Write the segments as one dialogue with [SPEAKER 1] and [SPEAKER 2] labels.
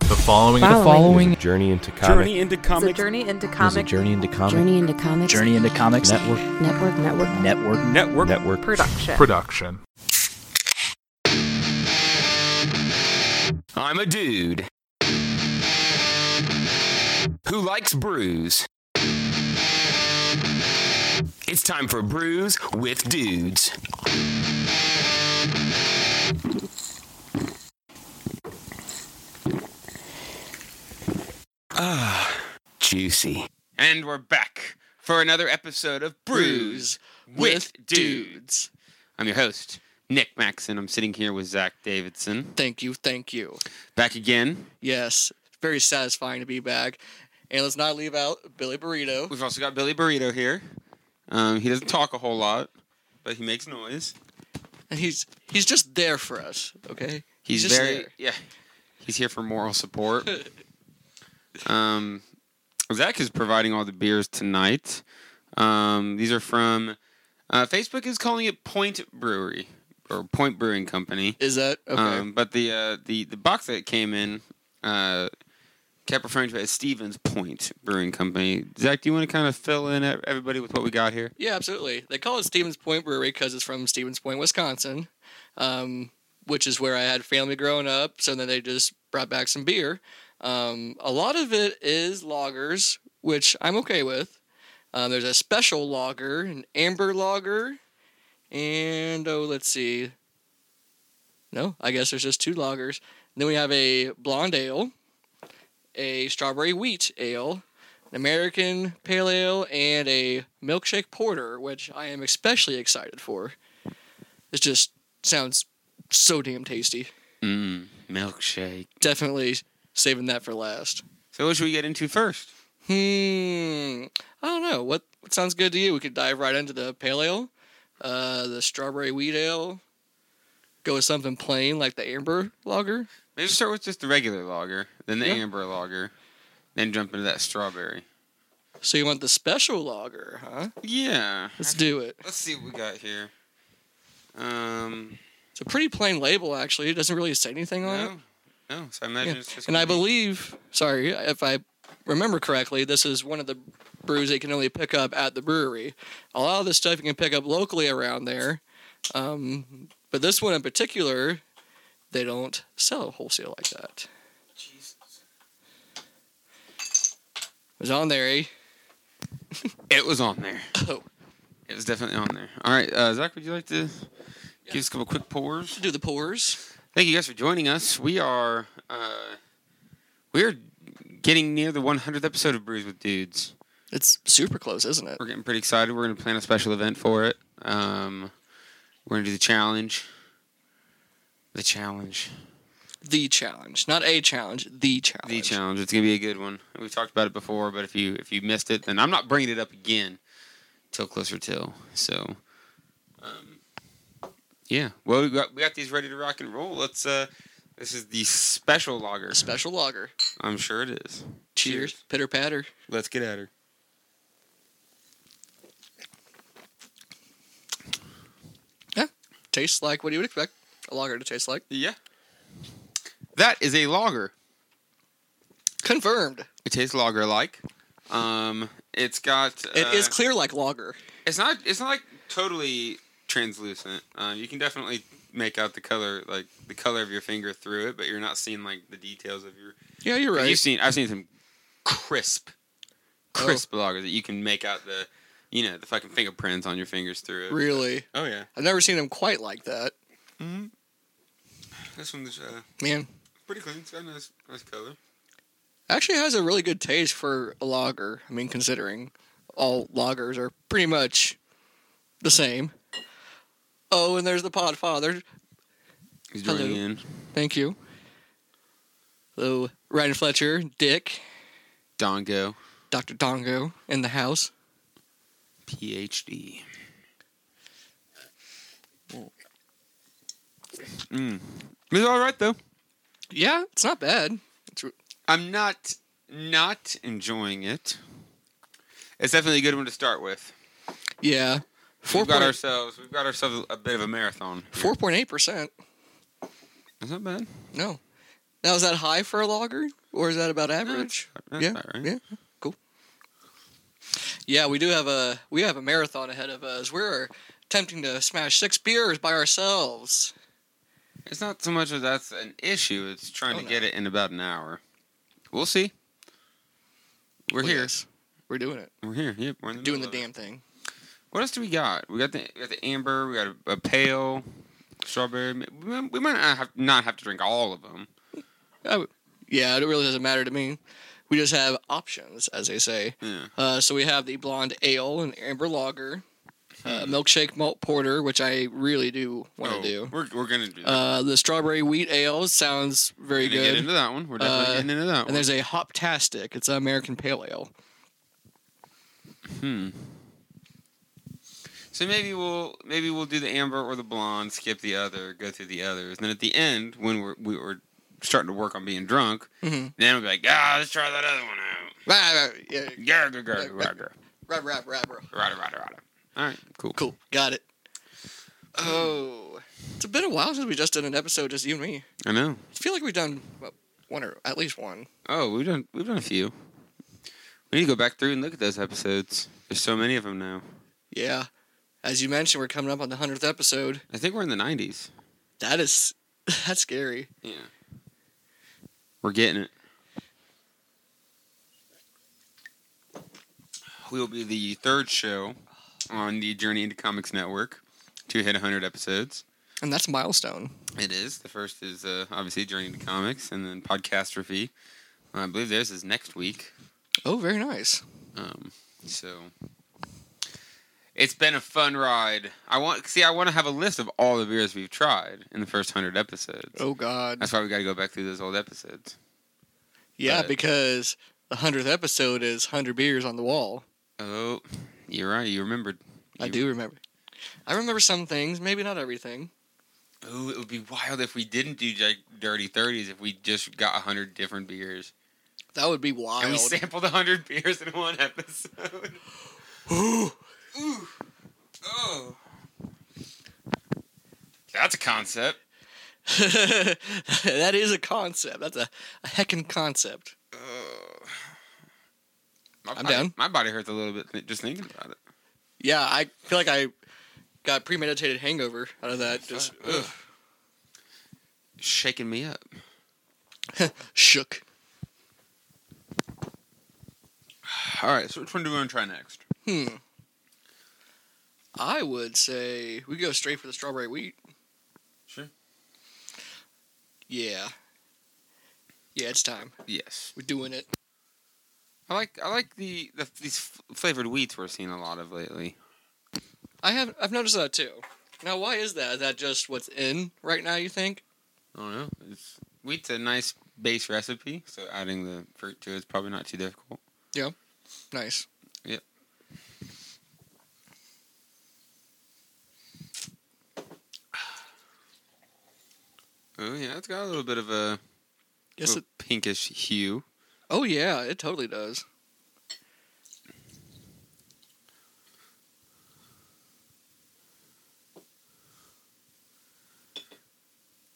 [SPEAKER 1] The following
[SPEAKER 2] The following
[SPEAKER 3] There's a journey into comic.
[SPEAKER 4] Journey into
[SPEAKER 5] It's a
[SPEAKER 4] comic
[SPEAKER 5] journey into
[SPEAKER 6] There's a
[SPEAKER 5] comic
[SPEAKER 6] Journey into Comics
[SPEAKER 7] Journey into Comics.
[SPEAKER 8] Journey into Comics
[SPEAKER 6] Network.
[SPEAKER 7] Network. Network.
[SPEAKER 8] Network.
[SPEAKER 4] network.
[SPEAKER 3] network.
[SPEAKER 5] production.
[SPEAKER 1] production.
[SPEAKER 9] I'm a dude who likes brews. It's time for Brews with Dudes. Ah, juicy. And we're back for another episode of Brews with Dudes. I'm your host, Nick Maxon. I'm sitting here with Zach Davidson.
[SPEAKER 10] Thank you, thank you.
[SPEAKER 9] Back again.
[SPEAKER 10] Yes, very satisfying to be back. And let's not leave out Billy Burrito.
[SPEAKER 9] We've also got Billy Burrito here. Um, he doesn't talk a whole lot, but he makes noise.
[SPEAKER 10] And he's he's just there for us, okay?
[SPEAKER 9] He's,
[SPEAKER 10] just
[SPEAKER 9] very
[SPEAKER 10] there.
[SPEAKER 9] yeah. He's here for moral support. um, Zach is providing all the beers tonight. Um, these are from uh, Facebook is calling it Point Brewery or Point Brewing Company.
[SPEAKER 10] Is that okay?
[SPEAKER 9] Um, but the uh, the the box that came in uh, kept referring to it as Stevens Point Brewing Company. Zach, do you want to kind of fill in ev- everybody with what we got here?
[SPEAKER 10] yeah, absolutely. They call it Stevens Point Brewery because it's from Stevens Point, Wisconsin, um, which is where I had family growing up. So then they just brought back some beer. Um, a lot of it is lagers, which I'm okay with. Um, there's a special lager, an amber lager, and oh, let's see. No, I guess there's just two lagers. And then we have a blonde ale, a strawberry wheat ale, an American pale ale, and a milkshake porter, which I am especially excited for. It just sounds so damn tasty.
[SPEAKER 9] Mmm, milkshake.
[SPEAKER 10] Definitely saving that for last.
[SPEAKER 9] So what should we get into first?
[SPEAKER 10] Hmm. I don't know. What what sounds good to you? We could dive right into the pale ale, uh, the strawberry wheat ale. Go with something plain like the amber lager.
[SPEAKER 9] Maybe start with just the regular lager, then the
[SPEAKER 10] Yeah.
[SPEAKER 9] amber lager, then jump into that strawberry.
[SPEAKER 10] So you want the special lager, huh?
[SPEAKER 9] Yeah.
[SPEAKER 10] Let's do it.
[SPEAKER 9] Let's see what we got here. Um,
[SPEAKER 10] It's a pretty plain label, actually. It doesn't really say anything on
[SPEAKER 9] no, no. So I imagine it's
[SPEAKER 10] it.
[SPEAKER 9] just.
[SPEAKER 10] And
[SPEAKER 9] gonna
[SPEAKER 10] I
[SPEAKER 9] be-
[SPEAKER 10] believe, sorry, if I remember correctly, this is one of the brews that you can only pick up at the brewery. A lot of this stuff you can pick up locally around there, um, but this one in particular, they don't sell wholesale like that. It was on there, eh?
[SPEAKER 9] it was on there.
[SPEAKER 10] Oh,
[SPEAKER 9] It was definitely on there. All right, uh, Zach, would you like to give us a couple quick pours?
[SPEAKER 10] do the pours.
[SPEAKER 9] Thank you guys for joining us. We are uh, we are getting near the 100th episode of Brews with Dudes.
[SPEAKER 10] It's super close, isn't it?
[SPEAKER 9] We're getting pretty excited. We're going to plan a special event for it. Um, we're going to do the challenge. The challenge.
[SPEAKER 10] The challenge, not a challenge, the challenge.
[SPEAKER 9] The challenge. It's going to be a good one. We've talked about it before, but if you if you missed it, then I'm not bringing it up again till closer till. So, um, yeah. Well, we got we got these ready to rock and roll. Let's. uh This is the special lager.
[SPEAKER 10] A special lager.
[SPEAKER 9] I'm sure it is.
[SPEAKER 10] Cheers. Pitter patter.
[SPEAKER 9] Let's get at her.
[SPEAKER 10] Tastes like what you would expect a lager to taste like.
[SPEAKER 9] Yeah. That is a lager.
[SPEAKER 10] Confirmed.
[SPEAKER 9] It tastes lager like. Um, it's got. Uh,
[SPEAKER 10] It is clear like lager.
[SPEAKER 9] It's not. It's not like totally translucent. Uh, you can definitely make out the color, like the color of your finger through it, but you're not seeing like the details of your.
[SPEAKER 10] Yeah, you're
[SPEAKER 9] You've seen. I've seen some crisp,
[SPEAKER 10] Oh.
[SPEAKER 9] crisp lager that you can make out the, you know, the fucking fingerprints on your fingers through it.
[SPEAKER 10] Really,
[SPEAKER 9] Oh yeah.
[SPEAKER 10] I've never seen them quite like that.
[SPEAKER 9] This one's uh,
[SPEAKER 10] Man,
[SPEAKER 9] pretty clean. It's got a nice, nice color.
[SPEAKER 10] actually has a really good taste for a lager. I mean, considering all lagers are pretty much the same. Oh, and there's the Podfather.
[SPEAKER 9] He's
[SPEAKER 10] Hello.
[SPEAKER 9] joining in.
[SPEAKER 10] Thank you. Hello, Ryan Fletcher, Dick,
[SPEAKER 9] Dongo.
[SPEAKER 10] Dr. Dongo in the house.
[SPEAKER 9] PhD. Mm. It's all right though.
[SPEAKER 10] Yeah, it's not bad. It's, re-
[SPEAKER 9] I'm not not enjoying it. It's definitely a good one to start with.
[SPEAKER 10] yeah,
[SPEAKER 9] We've got
[SPEAKER 10] point-
[SPEAKER 9] ourselves we've got ourselves a bit of a marathon. here.
[SPEAKER 10] 4.8%.
[SPEAKER 9] That's not bad.
[SPEAKER 10] No. Now, is that high for a logger or is that about average?
[SPEAKER 9] That's
[SPEAKER 10] yeah,
[SPEAKER 9] about right.
[SPEAKER 10] yeah, cool. Yeah, we do have a we have a marathon ahead of us. We're attempting to smash six beers by ourselves.
[SPEAKER 9] It's not so much that that's an issue. It's trying
[SPEAKER 10] Oh,
[SPEAKER 9] to
[SPEAKER 10] no.
[SPEAKER 9] get it in about an hour. We'll see. We're
[SPEAKER 10] Well,
[SPEAKER 9] here.
[SPEAKER 10] yes, We're doing it.
[SPEAKER 9] We're here. Yep. We're in the
[SPEAKER 10] doing the
[SPEAKER 9] middle of it.
[SPEAKER 10] damn thing.
[SPEAKER 9] What else do we got? We got the we got the amber. We got a, a pale strawberry. We might, we might not have not have to drink all of them.
[SPEAKER 10] I would- yeah, it really doesn't matter to me. We just have options, as they say.
[SPEAKER 9] Yeah.
[SPEAKER 10] Uh, so we have the blonde ale and amber lager, uh, milkshake malt porter, which I really do want to
[SPEAKER 9] Hmm. Oh,
[SPEAKER 10] do.
[SPEAKER 9] We're we're gonna do. That.
[SPEAKER 10] Uh, the strawberry wheat ale sounds very
[SPEAKER 9] we're gonna get
[SPEAKER 10] good.
[SPEAKER 9] into that one. We're definitely
[SPEAKER 10] Uh,
[SPEAKER 9] getting into that
[SPEAKER 10] And
[SPEAKER 9] one.
[SPEAKER 10] there's a hoptastic. It's an American pale ale.
[SPEAKER 9] Hmm. So maybe we'll maybe we'll do the amber or the blonde. Skip the other. Go through the others. And then at the end, when we're we were starting to work on being drunk,
[SPEAKER 10] Mhm.
[SPEAKER 9] then we'll be like, ah, let's try that other one out.
[SPEAKER 10] Rah, rah, yeah,
[SPEAKER 9] Yeah, grr, grr, grr, grr, grr.
[SPEAKER 10] rah, rah, rah, rah.
[SPEAKER 9] Righta, righta, righta. All right, cool.
[SPEAKER 10] Cool. Got it. Oh, it's been a while since we just did an episode, just you and me.
[SPEAKER 9] I know.
[SPEAKER 10] I feel like we've done well, one or at least one.
[SPEAKER 9] Oh, we've done we've done a few. We need to go back through and look at those episodes. There's so many of them now.
[SPEAKER 10] Yeah. As you mentioned, we're coming up on the hundredth episode.
[SPEAKER 9] I think we're in the 90s.
[SPEAKER 10] That is that's scary.
[SPEAKER 9] Yeah. We're getting it. We will be the third show on the Journey into Comics Network to hit 100 episodes.
[SPEAKER 10] And that's a milestone.
[SPEAKER 9] It is. The first is uh, obviously Journey into Comics and then Podcastrophy. I believe theirs is next week.
[SPEAKER 10] Oh, very nice.
[SPEAKER 9] Um, so it's been a fun ride. I want see. I want to have a list of all the beers we've tried in the first hundred episodes.
[SPEAKER 10] Oh God.
[SPEAKER 9] That's why we got to go back through those old episodes.
[SPEAKER 10] Yeah,
[SPEAKER 9] but-
[SPEAKER 10] because the hundredth episode is hundred beers on the wall.
[SPEAKER 9] Oh, you're right. You remembered.
[SPEAKER 10] I
[SPEAKER 9] You-
[SPEAKER 10] do remember. I remember some things, maybe not everything.
[SPEAKER 9] Ooh, it would be wild if we didn't do like Dirty Thirties. If we just got hundred different beers
[SPEAKER 10] That would be wild.
[SPEAKER 9] and we sampled hundred beers in one episode.
[SPEAKER 10] Ooh.
[SPEAKER 9] Ooh, oh, that's a concept.
[SPEAKER 10] that is a concept. That's a, a heckin' concept.
[SPEAKER 9] Ugh. My
[SPEAKER 10] I'm
[SPEAKER 9] body,
[SPEAKER 10] down.
[SPEAKER 9] My body hurts a little bit th- just thinking about it.
[SPEAKER 10] Yeah, I feel like I got premeditated hangover out of that. Just ugh,
[SPEAKER 9] Shaking me up.
[SPEAKER 10] shook.
[SPEAKER 9] All right, so which one do we want to try next?
[SPEAKER 10] Hmm. I would say we go straight for the strawberry wheat.
[SPEAKER 9] Sure.
[SPEAKER 10] Yeah. Yeah, it's time.
[SPEAKER 9] Yes,
[SPEAKER 10] We're doing it.
[SPEAKER 9] I like I like the, the these f- flavored wheats we're seeing a lot of lately.
[SPEAKER 10] I have I've noticed that too. Now, why is that? Is that just what's in right now? You think?
[SPEAKER 9] I don't know. It's, wheat's a nice base recipe, so adding the fruit to it's probably not too difficult.
[SPEAKER 10] Nice.
[SPEAKER 9] Yep. Oh yeah, it's got a little bit of a
[SPEAKER 10] Yes. It,
[SPEAKER 9] little pinkish hue.
[SPEAKER 10] oh yeah, it totally does.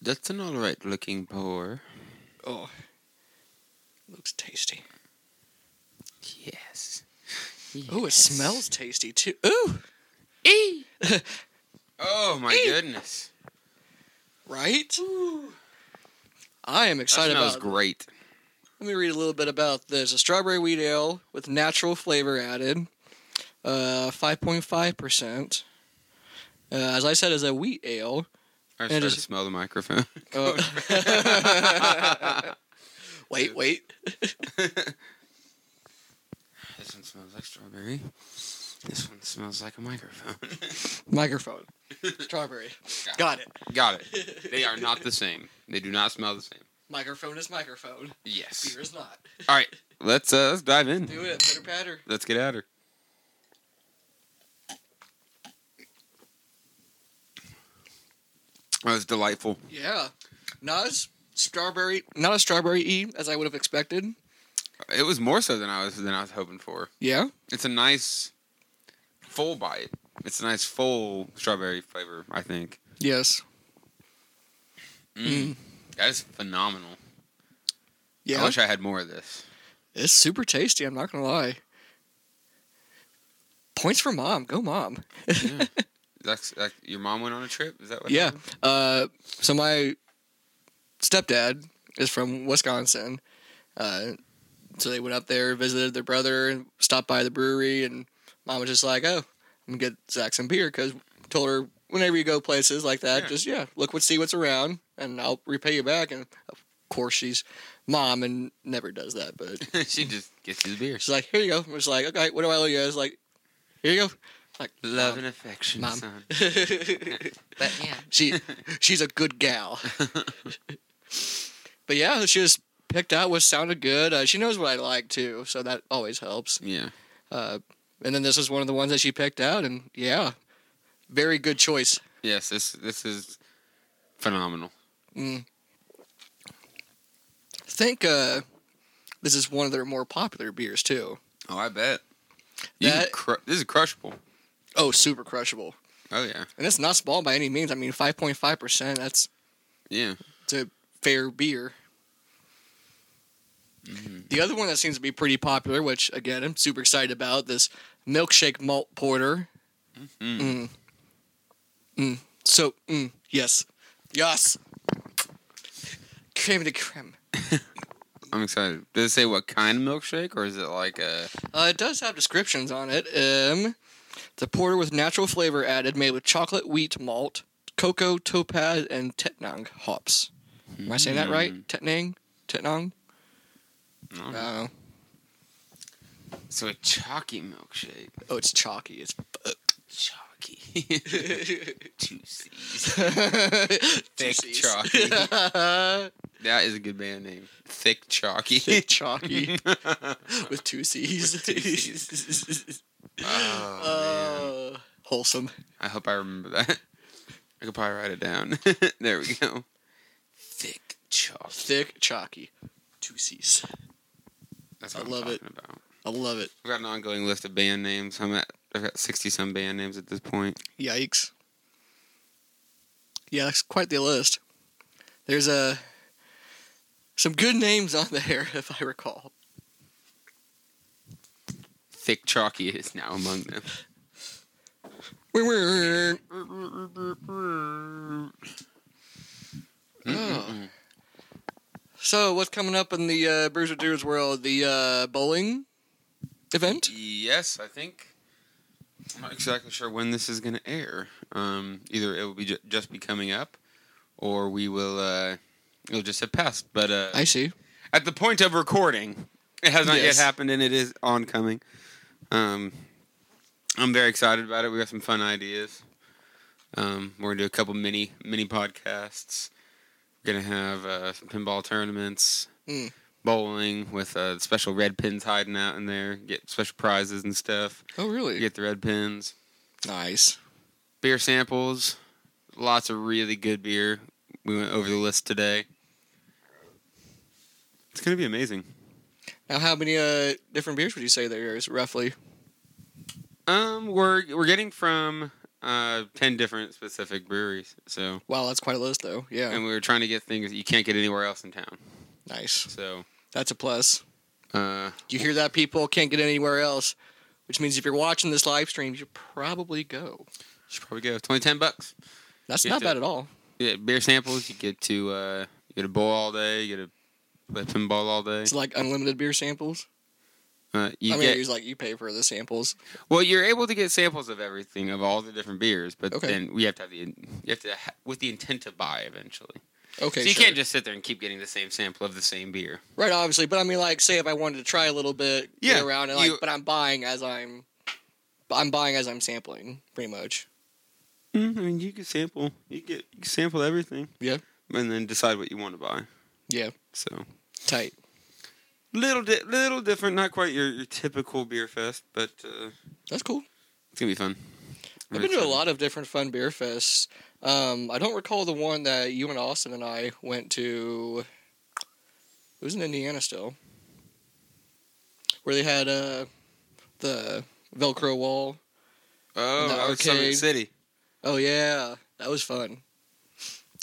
[SPEAKER 9] That's an alright looking pour.
[SPEAKER 10] Oh, looks tasty.
[SPEAKER 9] Yes.
[SPEAKER 10] Oh, it smells tasty too. Ooh,
[SPEAKER 9] Oh my
[SPEAKER 10] Ew.
[SPEAKER 9] goodness.
[SPEAKER 10] right? I am
[SPEAKER 9] That
[SPEAKER 10] excited
[SPEAKER 9] smells
[SPEAKER 10] about.
[SPEAKER 9] great.
[SPEAKER 10] Let me read a little bit about this: a strawberry wheat ale with natural flavor added, uh, five point five percent. Uh, As I said, is a wheat ale.
[SPEAKER 9] I
[SPEAKER 10] And
[SPEAKER 9] started
[SPEAKER 10] just-
[SPEAKER 9] to smell the microphone.
[SPEAKER 10] Uh,
[SPEAKER 9] Oh,
[SPEAKER 10] wait, wait.
[SPEAKER 9] This one smells like strawberry. This one smells like a microphone.
[SPEAKER 10] Microphone. Strawberry. Got it.
[SPEAKER 9] Got it. They are not the same. They do not smell the same.
[SPEAKER 10] Microphone is microphone.
[SPEAKER 9] Yes.
[SPEAKER 10] Beer is not.
[SPEAKER 9] All right. Let's uh, let's dive in.
[SPEAKER 10] Do it. Pitter patter.
[SPEAKER 9] Let's get at her. That was delightful.
[SPEAKER 10] Yeah. Not as strawberry. Not as strawberry e as I would have expected.
[SPEAKER 9] It was more so than I was than I was hoping for.
[SPEAKER 10] Yeah.
[SPEAKER 9] It's a nice full bite. It's a nice full strawberry flavor. I think
[SPEAKER 10] Yes.
[SPEAKER 9] Mm. that is phenomenal. I
[SPEAKER 10] Yeah.
[SPEAKER 9] wish I had more of this.
[SPEAKER 10] It's super tasty. I'm not gonna lie. Points for mom. Go mom.
[SPEAKER 9] That's that, your mom went on a trip. Is that what?
[SPEAKER 10] Yeah.
[SPEAKER 9] happened?
[SPEAKER 10] Uh, so my stepdad is from Wisconsin. Uh, so they went up there, visited their brother, and stopped by the brewery. And mom was just like, "Oh, I'm gonna get Zach some beer," because told her whenever you go places like that,
[SPEAKER 9] Yeah.
[SPEAKER 10] just yeah, look what see what's around, and I'll repay you back. And of course, she's mom and never does that, but
[SPEAKER 9] she just gets you the beer.
[SPEAKER 10] she's like, "Here you go." I was like, "Okay, what do I owe you?" I was like, "Here you go." Like
[SPEAKER 9] Love and affection,
[SPEAKER 10] Mom.
[SPEAKER 9] son.
[SPEAKER 10] but yeah, she she's a good gal. but yeah, she was picked out what sounded good. Uh, she knows what I like too, so that always helps.
[SPEAKER 9] Yeah.
[SPEAKER 10] Uh, and then this was one of the ones that she picked out, and yeah, very good choice.
[SPEAKER 9] Yes. This this is phenomenal.
[SPEAKER 10] I think uh, this is one of their more popular beers too.
[SPEAKER 9] Oh, I bet. You can
[SPEAKER 10] That-
[SPEAKER 9] cru- this is crushable.
[SPEAKER 10] Oh, super crushable,
[SPEAKER 9] Oh yeah,
[SPEAKER 10] and it's not small by any means. I mean, five point five percent. That's
[SPEAKER 9] yeah.
[SPEAKER 10] it's a fair beer. The other one that seems to be pretty popular, which again I'm super excited about, this milkshake malt porter. Mm. Mm. So mm, yes, yes, creme de creme.
[SPEAKER 9] I'm excited. Does it say what kind of milkshake, or is it like a?
[SPEAKER 10] Uh, it does have descriptions on it. Um, the porter with natural flavor added, made with chocolate wheat malt, cocoa, topaz, and tetnang hops. Am I saying that right? Tetnang, tetnang.
[SPEAKER 9] Hmm. No.
[SPEAKER 10] Uh,
[SPEAKER 9] So a chalky milkshake.
[SPEAKER 10] oh, it's chalky. It's
[SPEAKER 9] Chalky. Juicy. Thick
[SPEAKER 10] Juices.
[SPEAKER 9] chalky. that is a good band name. Thick chalky.
[SPEAKER 10] Thick chalky with two C's.
[SPEAKER 9] Oh, man.
[SPEAKER 10] Uh, wholesome.
[SPEAKER 9] I hope I remember that. I could probably write it down. there we go. Thick chalky.
[SPEAKER 10] Thick chalky. Two C's.
[SPEAKER 9] That's
[SPEAKER 10] I
[SPEAKER 9] what I
[SPEAKER 10] love
[SPEAKER 9] am
[SPEAKER 10] it.
[SPEAKER 9] talking about.
[SPEAKER 10] I love it.
[SPEAKER 9] I've got an ongoing list of band names. I'm at. I've got sixty some band names at this point.
[SPEAKER 10] Yikes. Yeah, that's quite the list. There's uh, some good names on there, if I recall.
[SPEAKER 9] Thick chalky is now among them.
[SPEAKER 10] Oh. So, what's coming up in the uh, Bruiser Dudes world? The uh, bowling event?
[SPEAKER 9] Yes, I think. I'm not exactly sure when this is going to air. Um, either it will be ju- just be coming up, or we will. Uh, it'll just have passed. But uh,
[SPEAKER 10] I see.
[SPEAKER 9] at the point of recording, it has not
[SPEAKER 10] Yes.
[SPEAKER 9] yet happened, and it is oncoming. Um, I'm very excited about it. We got some fun ideas. Um, we're gonna do a couple mini mini podcasts. We're gonna have uh, some pinball tournaments,
[SPEAKER 10] Mm.
[SPEAKER 9] bowling with uh, special red pins hiding out in there. Get special prizes and stuff.
[SPEAKER 10] Oh, really?
[SPEAKER 9] Get the red pins,
[SPEAKER 10] Nice.
[SPEAKER 9] beer samples, lots of really good beer. We went over the list today. It's gonna be amazing.
[SPEAKER 10] Now, how many uh, different beers would you say there is roughly?
[SPEAKER 9] Um, we're we're getting from uh ten different specific breweries. So,
[SPEAKER 10] Wow, that's quite a list, though. Yeah,
[SPEAKER 9] and we were trying to get things that you can't get anywhere else in town.
[SPEAKER 10] nice.
[SPEAKER 9] So,
[SPEAKER 10] That's a plus.
[SPEAKER 9] uh,
[SPEAKER 10] You hear that, people? Can't get anywhere else. Which means if you're watching this live stream, you should probably go.
[SPEAKER 9] should probably go twenty ten bucks.
[SPEAKER 10] That's
[SPEAKER 9] You
[SPEAKER 10] not
[SPEAKER 9] have
[SPEAKER 10] bad at all.
[SPEAKER 9] You get beer samples. You get to uh, you get a bowl all day. You get a play pinball all day.
[SPEAKER 10] It's like unlimited beer samples.
[SPEAKER 9] Uh, you
[SPEAKER 10] I mean,
[SPEAKER 9] get
[SPEAKER 10] it's like you pay for the samples.
[SPEAKER 9] well, you're able to get samples of everything of all the different beers, but
[SPEAKER 10] Okay.
[SPEAKER 9] then we have to have the you have to ha- with the intent to buy eventually.
[SPEAKER 10] Okay,
[SPEAKER 9] so you
[SPEAKER 10] sure.
[SPEAKER 9] can't just sit there and keep getting the same sample of the same beer.
[SPEAKER 10] right, obviously. But I mean, like, say if I wanted to try a little bit,
[SPEAKER 9] Yeah,
[SPEAKER 10] get around, and like,
[SPEAKER 9] you-
[SPEAKER 10] but I'm buying as I'm, I'm buying as I'm sampling, pretty much.
[SPEAKER 9] Mm-hmm, Mm, I mean, you can sample. You get you can sample everything.
[SPEAKER 10] Yeah.
[SPEAKER 9] And then decide what you want to buy.
[SPEAKER 10] Yeah,
[SPEAKER 9] So
[SPEAKER 10] tight.
[SPEAKER 9] little di- little different, not quite your, your typical beer fest, but uh,
[SPEAKER 10] That's cool.
[SPEAKER 9] it's gonna be fun.
[SPEAKER 10] I've been to a lot of different fun beer fests. Um, I don't recall the one that you and Austin and I went to. It was in Indiana still, where they had uh, the Velcro wall.
[SPEAKER 9] Oh,
[SPEAKER 10] the
[SPEAKER 9] that was Summit
[SPEAKER 10] arcade.
[SPEAKER 9] City.
[SPEAKER 10] Oh yeah, that was fun.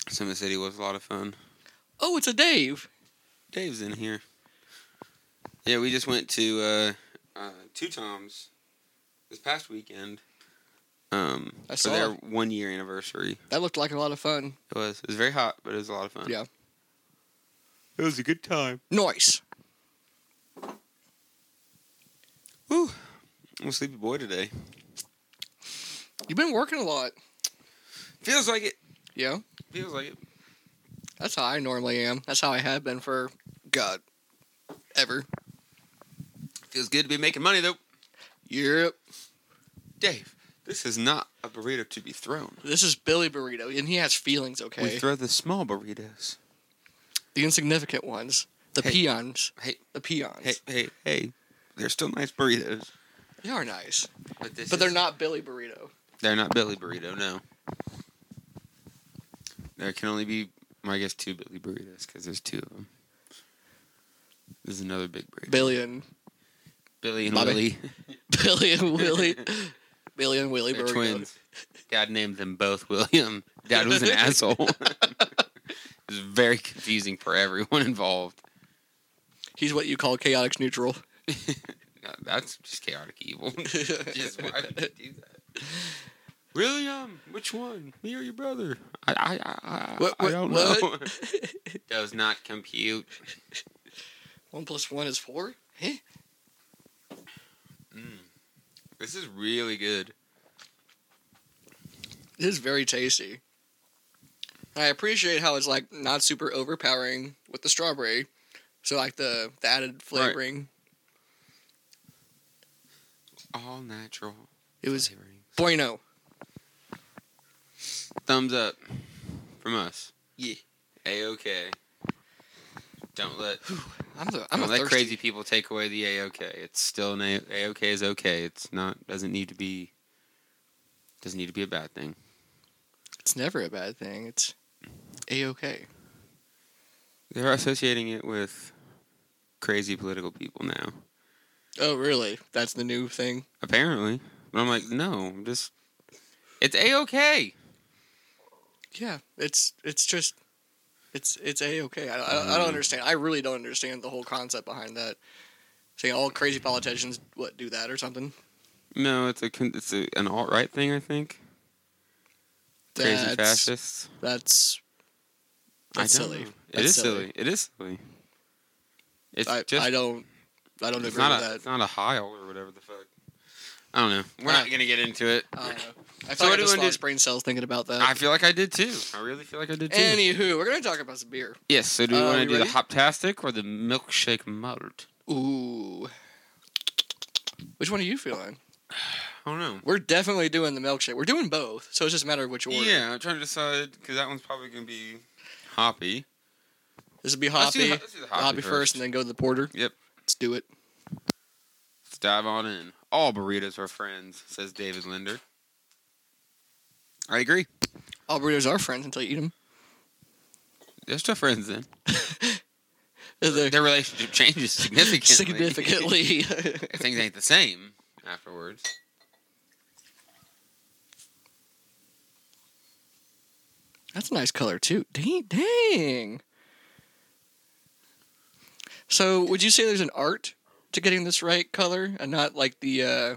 [SPEAKER 9] Summit City was a lot of fun.
[SPEAKER 10] Oh, it's a Dave.
[SPEAKER 9] Dave's in here. Yeah, we just went to uh, uh, Two Toms this past weekend. Um,
[SPEAKER 10] I
[SPEAKER 9] for
[SPEAKER 10] saw
[SPEAKER 9] their one year anniversary.
[SPEAKER 10] That looked like a lot of fun.
[SPEAKER 9] It was it was very hot, but it was a lot of fun.
[SPEAKER 10] Yeah.
[SPEAKER 9] it was a good time.
[SPEAKER 10] Nice.
[SPEAKER 9] Woo! I'm a sleepy boy today.
[SPEAKER 10] You've been working a lot.
[SPEAKER 9] Feels like it.
[SPEAKER 10] Yeah,
[SPEAKER 9] Feels like it.
[SPEAKER 10] that's how I normally am. That's how I have been for God, ever.
[SPEAKER 9] Feels good to be making money though.
[SPEAKER 10] Yep.
[SPEAKER 9] Dave, this is not a burrito to be thrown.
[SPEAKER 10] This is Billy Burrito, and he has feelings.
[SPEAKER 9] We
[SPEAKER 10] Okay.
[SPEAKER 9] throw the small burritos.
[SPEAKER 10] The insignificant ones. The
[SPEAKER 9] Hey.
[SPEAKER 10] peons.
[SPEAKER 9] Hey.
[SPEAKER 10] The peons.
[SPEAKER 9] Hey, hey, hey! They're still nice burritos,
[SPEAKER 10] They are nice.
[SPEAKER 9] but this
[SPEAKER 10] But they're
[SPEAKER 9] is-
[SPEAKER 10] not Billy Burrito.
[SPEAKER 9] They're not Billy Burrito, no. There can only be, well, I guess, two Billy Burritos because there's two of them. There's another big burrito.
[SPEAKER 10] Billy and
[SPEAKER 9] Billy and
[SPEAKER 10] Bobby.
[SPEAKER 9] Willie.
[SPEAKER 10] Billy and Willie. Billy and Willie
[SPEAKER 9] They're
[SPEAKER 10] Burrito.
[SPEAKER 9] twins. Dad named them both William. Dad was an asshole. it was very confusing for everyone involved.
[SPEAKER 10] He's what you call chaotic neutral.
[SPEAKER 9] No, That's just chaotic evil. just why would you do that? William, which one? Me or your brother? I, I, I, I,
[SPEAKER 10] What-
[SPEAKER 9] I
[SPEAKER 10] what-
[SPEAKER 9] don't know.
[SPEAKER 10] what?
[SPEAKER 9] Does not compute.
[SPEAKER 10] One plus one is four? Huh?
[SPEAKER 9] This is really good.
[SPEAKER 10] It is very tasty. I appreciate how it's like not super overpowering with the strawberry. So like the, the added flavoring.
[SPEAKER 9] All natural.
[SPEAKER 10] It was
[SPEAKER 9] flavoring.
[SPEAKER 10] bueno.
[SPEAKER 9] thumbs up from us.
[SPEAKER 10] Yeah.
[SPEAKER 9] A okay. Don't let
[SPEAKER 10] I'm the I'm
[SPEAKER 9] don't
[SPEAKER 10] a
[SPEAKER 9] let
[SPEAKER 10] thirsty.
[SPEAKER 9] crazy people take away the A okay. It's still an A A okay is okay. It's not doesn't need to be doesn't need to be a bad thing.
[SPEAKER 10] It's never a bad thing. It's a okay.
[SPEAKER 9] They're associating it with crazy political people now.
[SPEAKER 10] Oh really? That's the new thing.
[SPEAKER 9] Apparently. But I'm like, no, I'm just it's A okay.
[SPEAKER 10] Yeah, it's it's just it's it's a okay. I, I, I
[SPEAKER 9] Mm-hmm.
[SPEAKER 10] don't understand. I really don't understand the whole concept behind that. Saying all crazy politicians what do that or something.
[SPEAKER 9] No, it's a con- it's a, an alt right thing, I think. crazy
[SPEAKER 10] That's-
[SPEAKER 9] fascists.
[SPEAKER 10] That's that's
[SPEAKER 9] I don't
[SPEAKER 10] silly.
[SPEAKER 9] know. it
[SPEAKER 10] That's
[SPEAKER 9] is silly.
[SPEAKER 10] silly.
[SPEAKER 9] It is silly. It's
[SPEAKER 10] I,
[SPEAKER 9] just
[SPEAKER 10] I don't I don't
[SPEAKER 9] it's
[SPEAKER 10] agree
[SPEAKER 9] not
[SPEAKER 10] with
[SPEAKER 9] a
[SPEAKER 10] that.
[SPEAKER 9] it's not a Heil or whatever the fuck. I don't know. We're not
[SPEAKER 10] Uh,
[SPEAKER 9] gonna get into it.
[SPEAKER 10] I don't know. I
[SPEAKER 9] So
[SPEAKER 10] feel
[SPEAKER 9] what
[SPEAKER 10] like
[SPEAKER 9] do
[SPEAKER 10] I
[SPEAKER 9] you
[SPEAKER 10] just
[SPEAKER 9] wanna
[SPEAKER 10] lost
[SPEAKER 9] do?
[SPEAKER 10] brain cells thinking about that.
[SPEAKER 9] e I feel like I did too. I really feel like I did too.
[SPEAKER 10] Anywho, we're gonna talk about some beer.
[SPEAKER 9] yes. So do we
[SPEAKER 10] Uh,
[SPEAKER 9] want to
[SPEAKER 10] we
[SPEAKER 9] do the
[SPEAKER 10] ready?
[SPEAKER 9] hoptastic or the milkshake malt?
[SPEAKER 10] Ooh. Which one are you feeling?
[SPEAKER 9] I don't know.
[SPEAKER 10] We're definitely doing the milkshake. We're doing both, so it's just a matter of which order.
[SPEAKER 9] Yeah, I'm trying to decide because that one's probably gonna be hoppy.
[SPEAKER 10] This would be
[SPEAKER 9] Let's do
[SPEAKER 10] hoppy.
[SPEAKER 9] the- let's do the hoppy
[SPEAKER 10] hoppy first.
[SPEAKER 9] first.
[SPEAKER 10] and then go to the porter.
[SPEAKER 9] Yep.
[SPEAKER 10] Let's do it.
[SPEAKER 9] Let's dive on in. All burritos are friends, says David Linder. I agree.
[SPEAKER 10] All burritos are friends until you eat them.
[SPEAKER 9] They're still friends then.
[SPEAKER 10] They're
[SPEAKER 9] Their relationship changes significantly.
[SPEAKER 10] significantly.
[SPEAKER 9] Things ain't the same afterwards.
[SPEAKER 10] That's a nice color too. Dang, dang. So, would you say there's an art to getting this right color, and not like the, uh,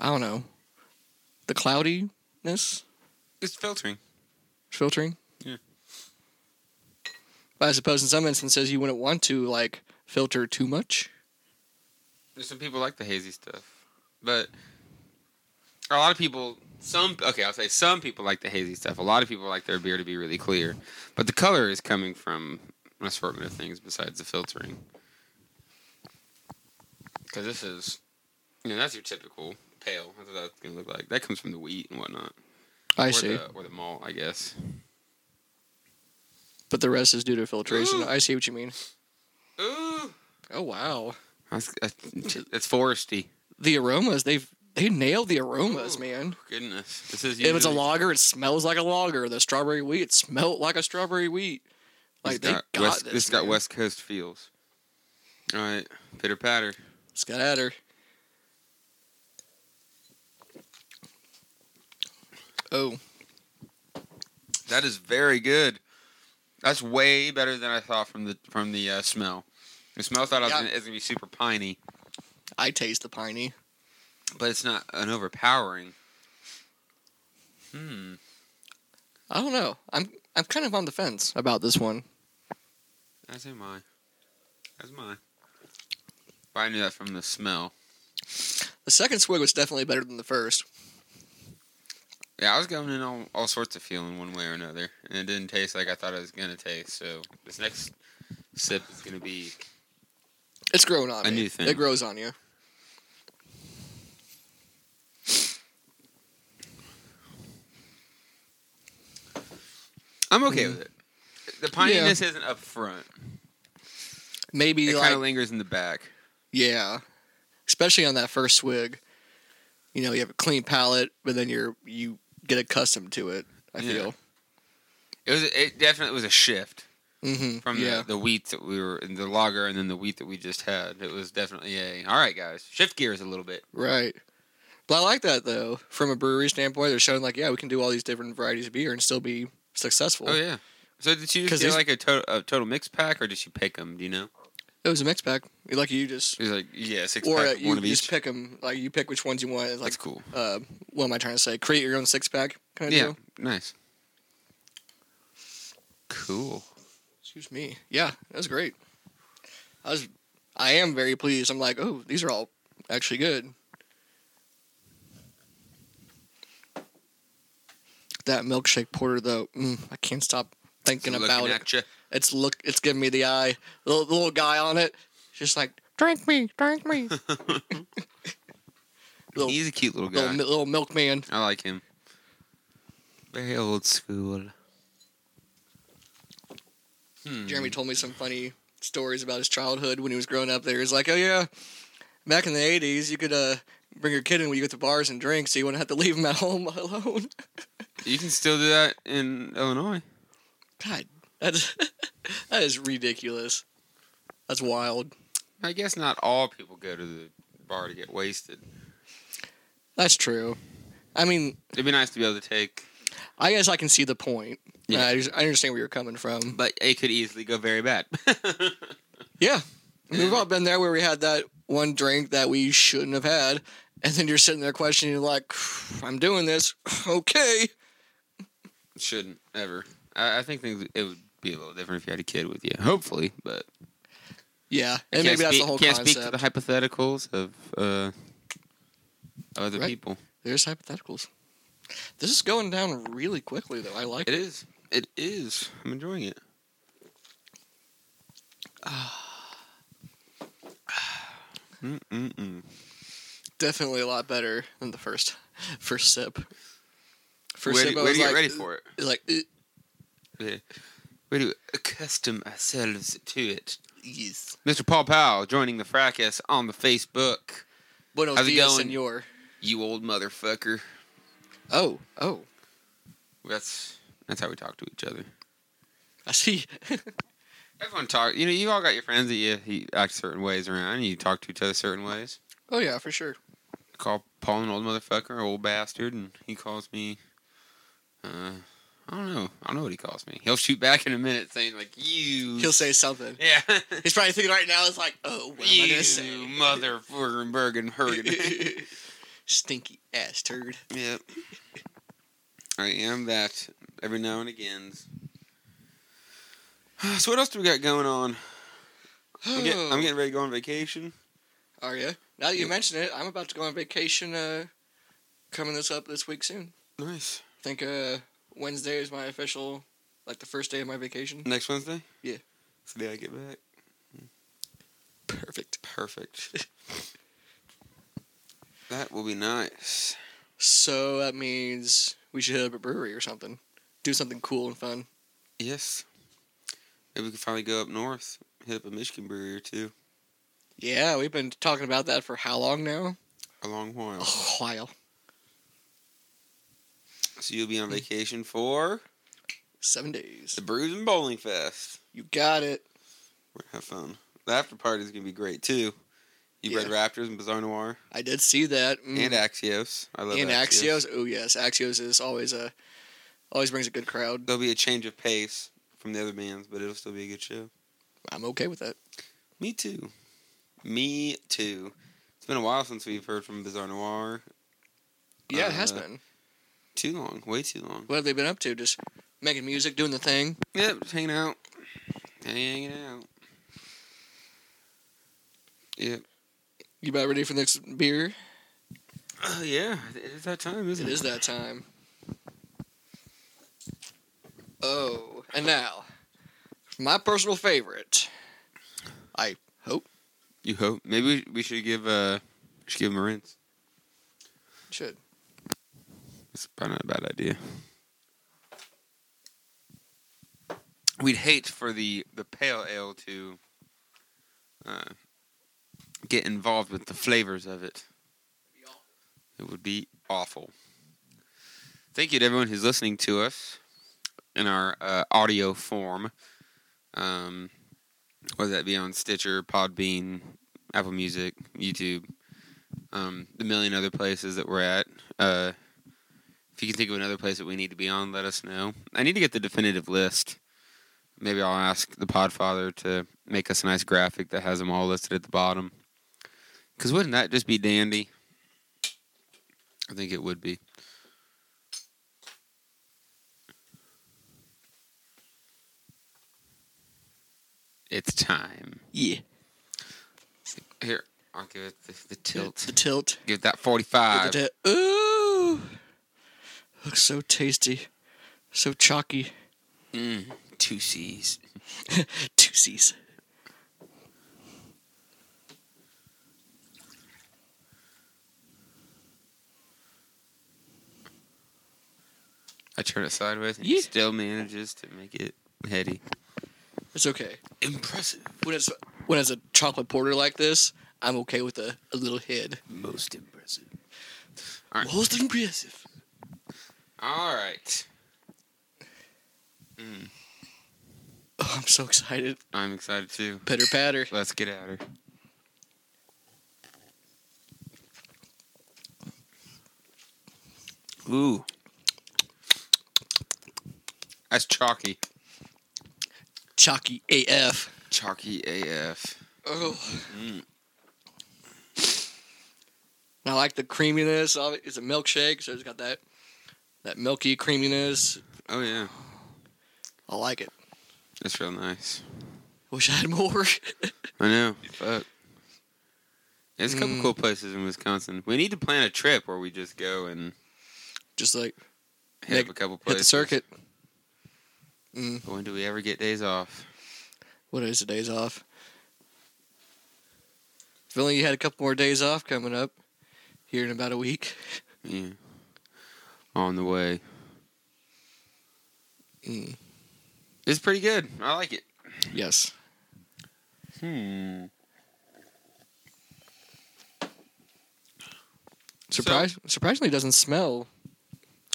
[SPEAKER 10] I don't know, the cloudiness
[SPEAKER 9] It's filtering.
[SPEAKER 10] filtering?
[SPEAKER 9] Yeah.
[SPEAKER 10] But I suppose in some instances you wouldn't want to like filter too much.
[SPEAKER 9] There's some people like the hazy stuff, but a lot of people, some okay, I'll say some people like the hazy stuff. A lot of people like their beer to be really clear, but the color is coming from an assortment of things besides the filtering. Because this is, you know, that's your typical pale. That's what that's gonna look like. That comes from the wheat and whatnot,
[SPEAKER 10] I
[SPEAKER 9] or
[SPEAKER 10] see.
[SPEAKER 9] the or the malt, I guess.
[SPEAKER 10] but the rest is due to filtration. I see what you mean.
[SPEAKER 9] Ooh,
[SPEAKER 10] Oh wow,
[SPEAKER 9] that's, that's, that's foresty.
[SPEAKER 10] the aromas they've they nailed the aromas,
[SPEAKER 9] Ooh.
[SPEAKER 10] man.
[SPEAKER 9] Goodness, this is.
[SPEAKER 10] If it's a
[SPEAKER 9] usually-
[SPEAKER 10] lager, it smells like a lager. The strawberry wheat, it smelled like a strawberry wheat. Like
[SPEAKER 9] It's
[SPEAKER 10] they got,
[SPEAKER 9] West,
[SPEAKER 10] this.
[SPEAKER 9] has got
[SPEAKER 10] man.
[SPEAKER 9] West Coast feels. All right, pitter patter.
[SPEAKER 10] It's got at her. Oh,
[SPEAKER 9] That is very good. That's way better than I thought from the from the uh, smell. The smell thought I was
[SPEAKER 10] Yeah.
[SPEAKER 9] gonna, it was gonna be super piney,
[SPEAKER 10] I taste the piney.
[SPEAKER 9] but it's not an overpowering. Hmm.
[SPEAKER 10] I don't know. I'm I'm kind of on the fence about this one.
[SPEAKER 9] As am I. As am I. But I knew that from the smell.
[SPEAKER 10] The second swig was definitely better than the first.
[SPEAKER 9] Yeah, I was going in all, all sorts of feeling one way or another, and it didn't taste like I thought it was gonna taste. So this next sip is gonna be
[SPEAKER 10] It's growing on
[SPEAKER 9] A
[SPEAKER 10] me.
[SPEAKER 9] new thing.
[SPEAKER 10] It grows on you.
[SPEAKER 9] I'm okay
[SPEAKER 10] Mm.
[SPEAKER 9] with it. The pininess isn't up front.
[SPEAKER 10] Maybe
[SPEAKER 9] It
[SPEAKER 10] like
[SPEAKER 9] kind of lingers in the back.
[SPEAKER 10] yeah, especially on that first swig. You know, you have a clean palate, but then you're you get accustomed to it. I
[SPEAKER 9] Yeah.
[SPEAKER 10] feel.
[SPEAKER 9] It was. It definitely was a shift
[SPEAKER 10] Mm-hmm.
[SPEAKER 9] from
[SPEAKER 10] yeah.
[SPEAKER 9] the, the wheat that we were in the lager, and then the wheat that we just had. It was definitely a all right, guys. Shift gears a little bit.
[SPEAKER 10] Right. But I like that though. From a brewery standpoint, they're showing like, yeah, we can do all these different varieties of beer and still be successful.
[SPEAKER 9] Oh yeah. So did you
[SPEAKER 10] 'Cause
[SPEAKER 9] just get like
[SPEAKER 10] these-
[SPEAKER 9] a, to- a total mix pack, or did you pick them? Do you know?
[SPEAKER 10] It was a mixed pack. Like you just,
[SPEAKER 9] It was like yeah, six
[SPEAKER 10] or uh,
[SPEAKER 9] pack,
[SPEAKER 10] you
[SPEAKER 9] one of
[SPEAKER 10] just
[SPEAKER 9] each.
[SPEAKER 10] pick them. Like you pick which ones you want. It's like,
[SPEAKER 9] That's cool.
[SPEAKER 10] uh, what am I trying to say? Create your own six pack kind of
[SPEAKER 9] Yeah,
[SPEAKER 10] deal.
[SPEAKER 9] nice. Cool.
[SPEAKER 10] Excuse me. Yeah, that was great. I was, I am very pleased. I'm like, oh, these are all actually good. That milkshake porter though, mm, I can't stop thinking
[SPEAKER 9] Looking
[SPEAKER 10] about it.
[SPEAKER 9] at ya.
[SPEAKER 10] It's look. It's giving me the eye. The little, the little guy on it. Just like drink me, drink me. little,
[SPEAKER 9] He's a cute little guy.
[SPEAKER 10] little mi- little milkman.
[SPEAKER 9] I like him. Very old school. Hmm.
[SPEAKER 10] Jeremy told me some funny stories about his childhood when he was growing up. There, he's like, oh yeah, back in the '80s, you could uh bring your kid in when you go to bars and drink, so you wouldn't have to leave him at home alone.
[SPEAKER 9] You can still do that in Illinois.
[SPEAKER 10] God, that's that is ridiculous. That's wild.
[SPEAKER 9] I guess not all people go to the bar to get wasted.
[SPEAKER 10] That's true. I mean,
[SPEAKER 9] It'd be nice to be able to take,
[SPEAKER 10] I guess I can see the point.
[SPEAKER 9] Yeah.
[SPEAKER 10] I, I understand where you're coming from.
[SPEAKER 9] but it could easily go very bad.
[SPEAKER 10] Yeah. I mean, We've all been there where we had that one drink that we shouldn't have had. And then you're sitting there questioning, like, I'm doing this. Okay.
[SPEAKER 9] Shouldn't ever. I, I think things, it would be a little different if you had a kid with you. Hopefully, but I
[SPEAKER 10] Yeah.
[SPEAKER 9] can't
[SPEAKER 10] And maybe that's
[SPEAKER 9] speak,
[SPEAKER 10] the whole
[SPEAKER 9] can't
[SPEAKER 10] concept.
[SPEAKER 9] speak to the hypotheticals of uh, other
[SPEAKER 10] Right.
[SPEAKER 9] people.
[SPEAKER 10] There's hypotheticals. This is going down really quickly, though. I like
[SPEAKER 9] It
[SPEAKER 10] it.
[SPEAKER 9] is. It is. I'm enjoying it. Mm-mm-mm.
[SPEAKER 10] Definitely a lot better than the first first sip. First
[SPEAKER 9] Where
[SPEAKER 10] sip,
[SPEAKER 9] do,
[SPEAKER 10] I
[SPEAKER 9] where
[SPEAKER 10] was
[SPEAKER 9] do you
[SPEAKER 10] like,
[SPEAKER 9] get ready for it?
[SPEAKER 10] it's Like, "Uh,
[SPEAKER 9] Yeah. We do accustom ourselves to it.
[SPEAKER 10] yes.
[SPEAKER 9] Mr. Paul Powell joining the fracas on the Facebook.
[SPEAKER 10] Buenos
[SPEAKER 9] How's it
[SPEAKER 10] dias,
[SPEAKER 9] going?
[SPEAKER 10] senor.
[SPEAKER 9] You old motherfucker.
[SPEAKER 10] Oh, oh.
[SPEAKER 9] That's that's how we talk to each other.
[SPEAKER 10] I see.
[SPEAKER 9] Everyone talk. You know, you all got your friends that you, you act certain ways around. and You talk to each other certain ways.
[SPEAKER 10] oh, yeah, for sure.
[SPEAKER 9] I call Paul an old motherfucker, or old bastard, and he calls me. Uh, I don't know. I don't know what he calls me. He'll shoot back in a minute, saying like you.
[SPEAKER 10] He'll say something.
[SPEAKER 9] yeah.
[SPEAKER 10] He's probably thinking right now, it's like, oh, what am I going
[SPEAKER 9] you
[SPEAKER 10] to say?
[SPEAKER 9] motherfucking Bergen Hurgen.
[SPEAKER 10] Stinky ass turd.
[SPEAKER 9] Yep. I am that every now and again. So what else do we got going on? I'm, get, I'm getting ready to go on vacation.
[SPEAKER 10] Are you? Now that you
[SPEAKER 9] Yeah.
[SPEAKER 10] mention it, I'm about to go on vacation. Uh, coming this up this week soon.
[SPEAKER 9] Nice.
[SPEAKER 10] I think uh, Wednesday is my official, like the first day of my vacation.
[SPEAKER 9] Next Wednesday.
[SPEAKER 10] Yeah.
[SPEAKER 9] It's the day I get back.
[SPEAKER 10] Perfect.
[SPEAKER 9] Perfect. that will be nice.
[SPEAKER 10] So that means we should hit up a brewery or something. Do something cool and fun.
[SPEAKER 9] Yes. Maybe we could finally go up north, hit up a Michigan brewery or two.
[SPEAKER 10] Yeah, we've been talking about that for how long now?
[SPEAKER 9] A long while.
[SPEAKER 10] A while.
[SPEAKER 9] So you'll be
[SPEAKER 10] Hmm.
[SPEAKER 9] on vacation for
[SPEAKER 10] Seven days.
[SPEAKER 9] the Brews and Bowling Fest.
[SPEAKER 10] You got it.
[SPEAKER 9] We're gonna have fun. The after party's gonna be great too. You
[SPEAKER 10] Yeah.
[SPEAKER 9] read Raptors and Bizarre Noir
[SPEAKER 10] I did see that. Mm.
[SPEAKER 9] and Axios. I love
[SPEAKER 10] And
[SPEAKER 9] Axios.
[SPEAKER 10] Axios. Oh yes, Axios is always a always brings a good crowd.
[SPEAKER 9] There'll be a change of pace from the other bands, but it'll still be a good show.
[SPEAKER 10] I'm okay with that.
[SPEAKER 9] Me too. Me too. It's been a while since we've heard from Bizarre Noir.
[SPEAKER 10] Yeah, it has
[SPEAKER 9] Uh,
[SPEAKER 10] been.
[SPEAKER 9] Too long. Way too long.
[SPEAKER 10] What have they been up to? Just making music, doing the thing.
[SPEAKER 9] Yep, just hanging out. Hanging out. Yep.
[SPEAKER 10] You about ready for the next beer?
[SPEAKER 9] Oh, yeah. It's that time, isn't
[SPEAKER 10] It
[SPEAKER 9] it?
[SPEAKER 10] is that time. Oh, and now, my personal favorite. I hope
[SPEAKER 9] You hope. Maybe we, we should give uh should give him a rinse.
[SPEAKER 10] should.
[SPEAKER 9] It's probably not a bad idea. We'd hate for the the pale ale to uh, get involved with the flavors of it. It would be awful. Thank you to everyone who's listening to us in our uh, audio form, um, whether that be on Stitcher, Podbean, Apple Music, YouTube, um, the million other places that we're at. Uh, if you can think of another place that we need to be on, let us know. I need to get the definitive list. Maybe I'll ask the Podfather to make us a nice graphic that has them all listed at the bottom. Because wouldn't that just be dandy? I think it would be. It's time.
[SPEAKER 10] Yeah.
[SPEAKER 9] Here, I'll give it the, the tilt.
[SPEAKER 10] The tilt.
[SPEAKER 9] Give it that
[SPEAKER 10] Look
[SPEAKER 9] 45.
[SPEAKER 10] at that. Ooh. Looks so tasty. So chalky.
[SPEAKER 9] Mm, two C's.
[SPEAKER 10] Two C's.
[SPEAKER 9] I turn it sideways and
[SPEAKER 10] Yeah.
[SPEAKER 9] he still manages to make it heady.
[SPEAKER 10] It's okay.
[SPEAKER 9] Impressive.
[SPEAKER 10] When it's when it's a chocolate porter like this, I'm okay with a, a little head.
[SPEAKER 6] Most impressive.
[SPEAKER 9] All right.
[SPEAKER 10] Most impressive.
[SPEAKER 9] All right.
[SPEAKER 10] Oh, I'm so excited.
[SPEAKER 9] I'm excited too.
[SPEAKER 10] Pitter patter.
[SPEAKER 9] Let's get at her. Ooh. That's chalky.
[SPEAKER 10] Chalky AF.
[SPEAKER 9] Chalky AF.
[SPEAKER 10] Oh.
[SPEAKER 9] Mm.
[SPEAKER 10] And I like the creaminess of it. It's a milkshake, so it's got that that milky creaminess.
[SPEAKER 9] Oh, yeah.
[SPEAKER 10] I like it.
[SPEAKER 9] That's real nice.
[SPEAKER 10] Wish I had more.
[SPEAKER 9] I know. Fuck. There's a couple
[SPEAKER 10] Mm.
[SPEAKER 9] cool places in Wisconsin. We need to plan a trip where we just go and
[SPEAKER 10] Just like
[SPEAKER 9] hit
[SPEAKER 10] Make-
[SPEAKER 9] up a couple
[SPEAKER 10] hit
[SPEAKER 9] places.
[SPEAKER 10] the circuit. Mm,
[SPEAKER 9] But when do we ever get days off?
[SPEAKER 10] what is the days off? If only you had a couple more days off coming up here in about a week.
[SPEAKER 9] Yeah. On the way.
[SPEAKER 10] Mm,
[SPEAKER 9] It's pretty good. I like it.
[SPEAKER 10] yes.
[SPEAKER 9] Hmm.
[SPEAKER 10] Surprise! surprisingly, doesn't smell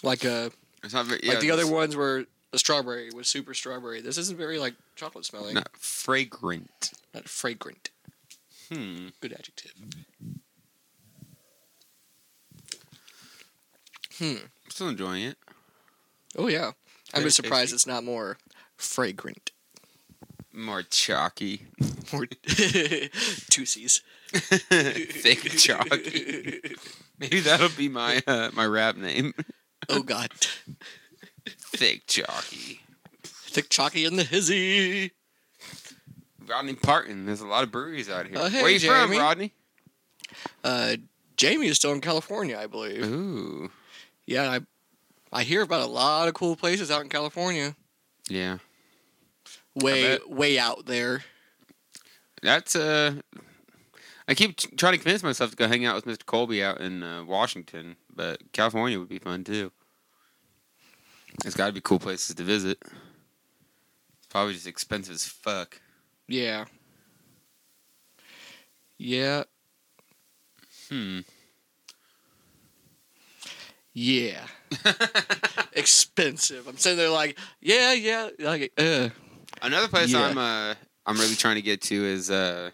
[SPEAKER 10] like a
[SPEAKER 9] It's not very, yeah,
[SPEAKER 10] like the other
[SPEAKER 9] it's
[SPEAKER 10] ones were the strawberry was super strawberry. This isn't very like chocolate smelling.
[SPEAKER 9] Not fragrant.
[SPEAKER 10] Not fragrant.
[SPEAKER 9] Hmm.
[SPEAKER 10] Good adjective. Hmm.
[SPEAKER 9] I'm still enjoying it.
[SPEAKER 10] Oh yeah. I'm
[SPEAKER 9] Very
[SPEAKER 10] just surprised
[SPEAKER 9] tasty.
[SPEAKER 10] it's not more fragrant.
[SPEAKER 9] More chalky.
[SPEAKER 10] More two C's.
[SPEAKER 9] Thick chalky. Maybe that'll be my uh, my rap name.
[SPEAKER 10] Oh god.
[SPEAKER 9] Thick chalky.
[SPEAKER 10] Thick chalky in the hizzy.
[SPEAKER 9] Rodney Parton. There's a lot of breweries out here.
[SPEAKER 10] Oh, hey,
[SPEAKER 9] Where you
[SPEAKER 10] Jamie.
[SPEAKER 9] from, Rodney?
[SPEAKER 10] Uh Jamie is still in California, I believe.
[SPEAKER 9] Ooh.
[SPEAKER 10] Yeah, I I hear about a lot of cool places out in California.
[SPEAKER 9] Yeah.
[SPEAKER 10] Way
[SPEAKER 9] bet.
[SPEAKER 10] way out there.
[SPEAKER 9] That's uh I keep t- trying to convince myself to go hang out with Mr. Colby out in uh, Washington, but California would be fun too. There's got to be cool places to visit. Probably just expensive as fuck.
[SPEAKER 10] Yeah. Yeah.
[SPEAKER 9] Hmm.
[SPEAKER 10] Yeah. Expensive. I'm sitting there like, yeah, yeah, like, uh,
[SPEAKER 9] Another place
[SPEAKER 10] Yeah.
[SPEAKER 9] I'm uh I'm really trying to get to is uh,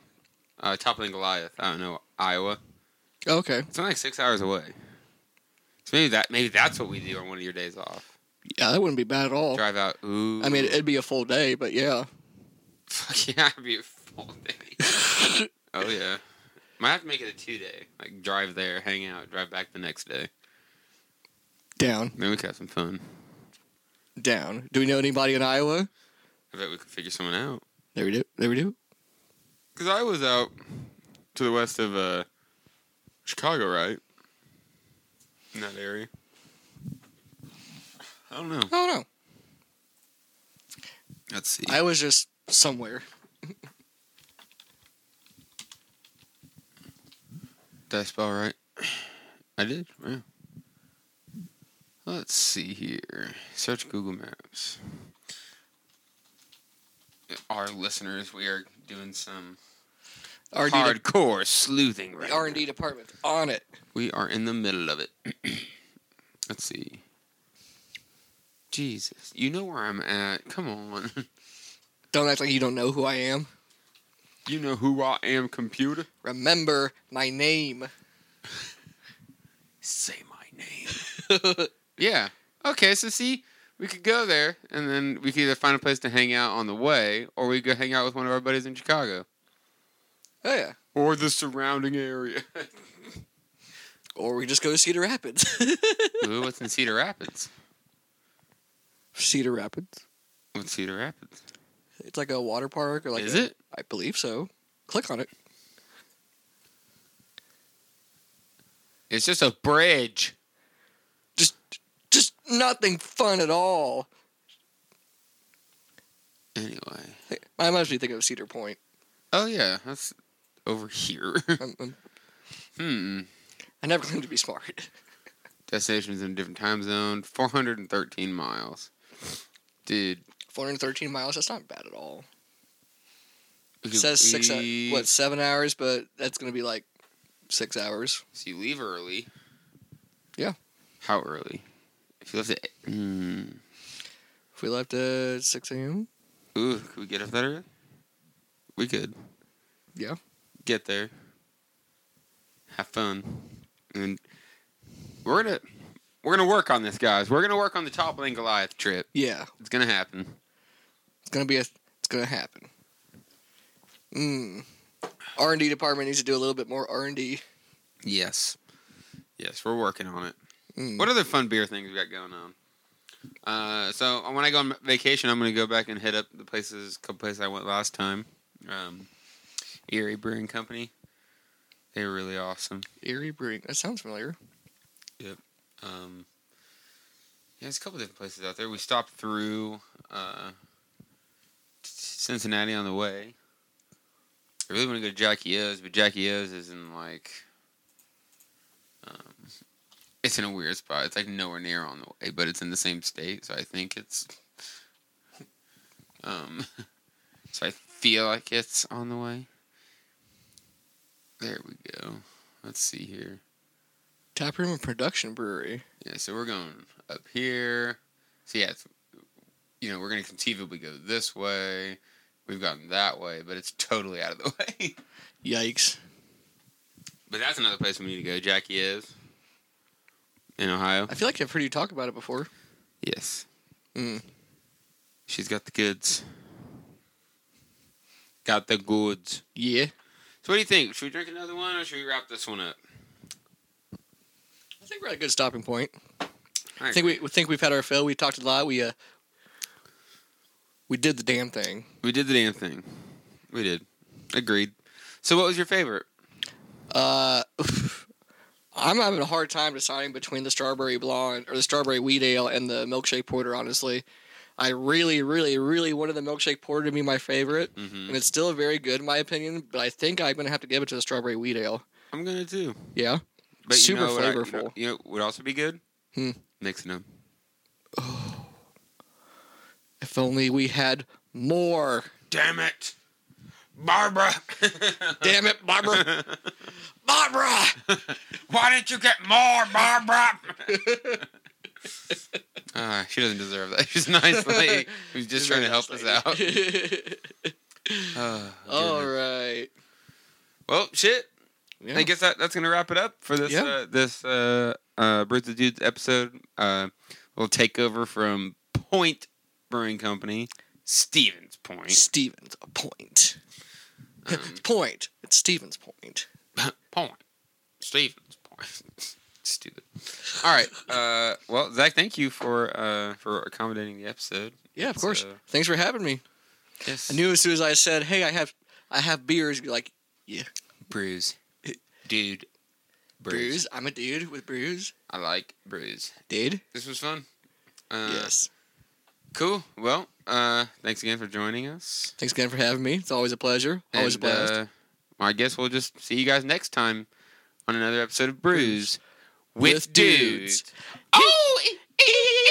[SPEAKER 9] uh Toppling Goliath. I don't know Iowa.
[SPEAKER 10] okay.
[SPEAKER 9] It's only like six hours away. So maybe that maybe that's what we do on one of your days off.
[SPEAKER 10] Yeah, that wouldn't be bad at all.
[SPEAKER 9] Drive out. Ooh.
[SPEAKER 10] I mean, it'd be a full day, but yeah.
[SPEAKER 9] fuck yeah, it'd be a full day. oh yeah. Might have to make it a two day. Like drive there, hang out, drive back the next day.
[SPEAKER 10] Down,
[SPEAKER 9] Then we could have some fun.
[SPEAKER 10] down. Do we know anybody in Iowa?
[SPEAKER 9] I bet we could figure someone out.
[SPEAKER 10] There we do. There we do.
[SPEAKER 9] Because I was out to the west of uh, Chicago, right? In that area. I don't know.
[SPEAKER 10] I don't know.
[SPEAKER 9] Let's see.
[SPEAKER 10] I was just somewhere.
[SPEAKER 9] Did I spell right? I did. Yeah. Let's see here. Search Google Maps. Our listeners, we are doing some
[SPEAKER 10] R and
[SPEAKER 9] hardcore sleuthing right
[SPEAKER 10] D
[SPEAKER 9] now.
[SPEAKER 10] R and D department on it.
[SPEAKER 9] We are in the middle of it. Let's see. Jesus, you know where I'm at. Come on.
[SPEAKER 10] Don't act like you don't know who I am.
[SPEAKER 9] You know who I am, computer.
[SPEAKER 10] Remember my name.
[SPEAKER 9] Say my name. yeah. Okay, so see, we could go there and then we could either find a place to hang out on the way or we could hang out with one of our buddies in Chicago
[SPEAKER 10] Oh yeah.
[SPEAKER 9] or the surrounding area.
[SPEAKER 10] Or we just go to Cedar Rapids.
[SPEAKER 9] Ooh, what's in Cedar Rapids?
[SPEAKER 10] Cedar Rapids.
[SPEAKER 9] What's Cedar Rapids?
[SPEAKER 10] It's like a water park or like
[SPEAKER 9] Is
[SPEAKER 10] a-
[SPEAKER 9] it?
[SPEAKER 10] I believe so. Click on it.
[SPEAKER 9] It's just a bridge.
[SPEAKER 10] Just just nothing fun at all.
[SPEAKER 9] Anyway.
[SPEAKER 10] I must be thinking of Cedar Point.
[SPEAKER 9] Oh, yeah, that's over here.
[SPEAKER 10] I'm, I'm,
[SPEAKER 9] hmm.
[SPEAKER 10] I never claimed to be smart.
[SPEAKER 9] Destination's in a different time zone. 413 miles. Dude.
[SPEAKER 10] 413 miles. That's not bad at all.
[SPEAKER 9] we
[SPEAKER 10] It
[SPEAKER 9] could
[SPEAKER 10] says six, uh,
[SPEAKER 9] leave-
[SPEAKER 10] what, seven hours, but that's gonna be like six hours.
[SPEAKER 9] So you leave early.
[SPEAKER 10] Yeah.
[SPEAKER 9] How early? If you left at mm,
[SPEAKER 10] If we left at 6 a.m.
[SPEAKER 9] ooh, could we get up that early? We could.
[SPEAKER 10] Yeah.
[SPEAKER 9] Get there. Have fun. And we're gonna we're gonna work on this, guys. We're gonna work on the toppling Goliath trip.
[SPEAKER 10] Yeah,
[SPEAKER 9] It's gonna happen.
[SPEAKER 10] it's gonna be a. It's gonna happen. Mm. R and D department needs to do a little bit more R and D.
[SPEAKER 9] Yes. Yes, we're working on it.
[SPEAKER 10] Hmm. Mm-hmm.
[SPEAKER 9] What other fun beer things we got going on? Uh, so when I go on vacation, I'm gonna go back and hit up the places, couple places I went last time. Um, Erie Brewing Company, they were really awesome.
[SPEAKER 10] Erie Brewing. That sounds familiar.
[SPEAKER 9] Um, yeah, there's a couple different places out there. We stopped through uh, Cincinnati on the way. I really want to go to Jackie O's, but Jackie O's is in like, um, it's in a weird spot. It's like nowhere near on the way, but it's in the same state, so I think it's, um, so I feel like it's on the way. There we go. Let's see here.
[SPEAKER 10] Taproom and Production Brewery.
[SPEAKER 9] Yeah, so we're going up here. So yeah, it's, you know, we're gonna conceivably go this way. We've gotten that way, but it's totally out of the way.
[SPEAKER 10] Yikes.
[SPEAKER 9] but that's another place we need to go. Jackie is in Ohio.
[SPEAKER 10] I feel like I've heard you talk about it before.
[SPEAKER 9] Yes,
[SPEAKER 10] Mm.
[SPEAKER 9] she's got the goods. Got the goods.
[SPEAKER 10] Yeah.
[SPEAKER 9] So what do you think? Should we drink another one, or should we wrap this one up?
[SPEAKER 10] I think we're at a good stopping point.
[SPEAKER 9] I
[SPEAKER 10] I think we, we think we've had our fill. We talked a lot. We uh, we did the damn thing.
[SPEAKER 9] we did the damn thing. We did. Agreed. So what was your favorite?
[SPEAKER 10] Uh, I'm having a hard time deciding between the strawberry blonde or the strawberry wheat ale and the milkshake porter. Honestly, I really, really, really wanted the milkshake porter to be my favorite,
[SPEAKER 9] Mm-hmm.
[SPEAKER 10] and it's still very good in my opinion. But I think I'm gonna have to give it to the strawberry wheat ale.
[SPEAKER 9] I'm gonna do.
[SPEAKER 10] Yeah.
[SPEAKER 9] But
[SPEAKER 10] Super
[SPEAKER 9] you know what I- you know-
[SPEAKER 10] flavorful.
[SPEAKER 9] you, know, what would also be good?
[SPEAKER 10] Hmm.
[SPEAKER 9] Mixing them.
[SPEAKER 10] If only we had More.
[SPEAKER 9] Damn it, Barbara!
[SPEAKER 10] Damn it, Barbara. Barbara!
[SPEAKER 9] Why didn't you get more, Barbara? Ah, she doesn't deserve that. She's a nice lady who's just trying to help us out. Ah,
[SPEAKER 10] All
[SPEAKER 9] goodness.
[SPEAKER 10] right.
[SPEAKER 9] Well, shit.
[SPEAKER 10] Yeah.
[SPEAKER 9] I guess that, that's gonna wrap it up for this
[SPEAKER 10] Yeah.
[SPEAKER 9] uh, this uh, uh, Bruce the Dudes episode. Uh, we'll take over from Point Brewing Company, Stevens Point.
[SPEAKER 10] Stevens, a point.
[SPEAKER 9] Um,
[SPEAKER 10] Point. It's Stevens' point.
[SPEAKER 9] point. Stevens Point. Stupid. All right. Uh, well, Zach, thank you for uh, for accommodating the episode.
[SPEAKER 10] Yeah, of
[SPEAKER 9] It's,
[SPEAKER 10] course.
[SPEAKER 9] uh,
[SPEAKER 10] Thanks for having me.
[SPEAKER 9] yes.
[SPEAKER 10] I knew as soon as I said, "Hey, I have, I have beers," you're like,
[SPEAKER 9] bruise, dude.
[SPEAKER 10] "Brews? I'm a dude with brews."
[SPEAKER 9] I like bruise.
[SPEAKER 10] Dude.
[SPEAKER 9] This was fun. Uh,
[SPEAKER 10] yes.
[SPEAKER 9] Cool. Well, uh, thanks again for joining us.
[SPEAKER 10] Thanks again for having me. It's always a pleasure. Always
[SPEAKER 9] And,
[SPEAKER 10] a blast.
[SPEAKER 9] uh, I guess we'll just see you guys next time on another episode of Brews
[SPEAKER 10] With Dudes.
[SPEAKER 9] Oh!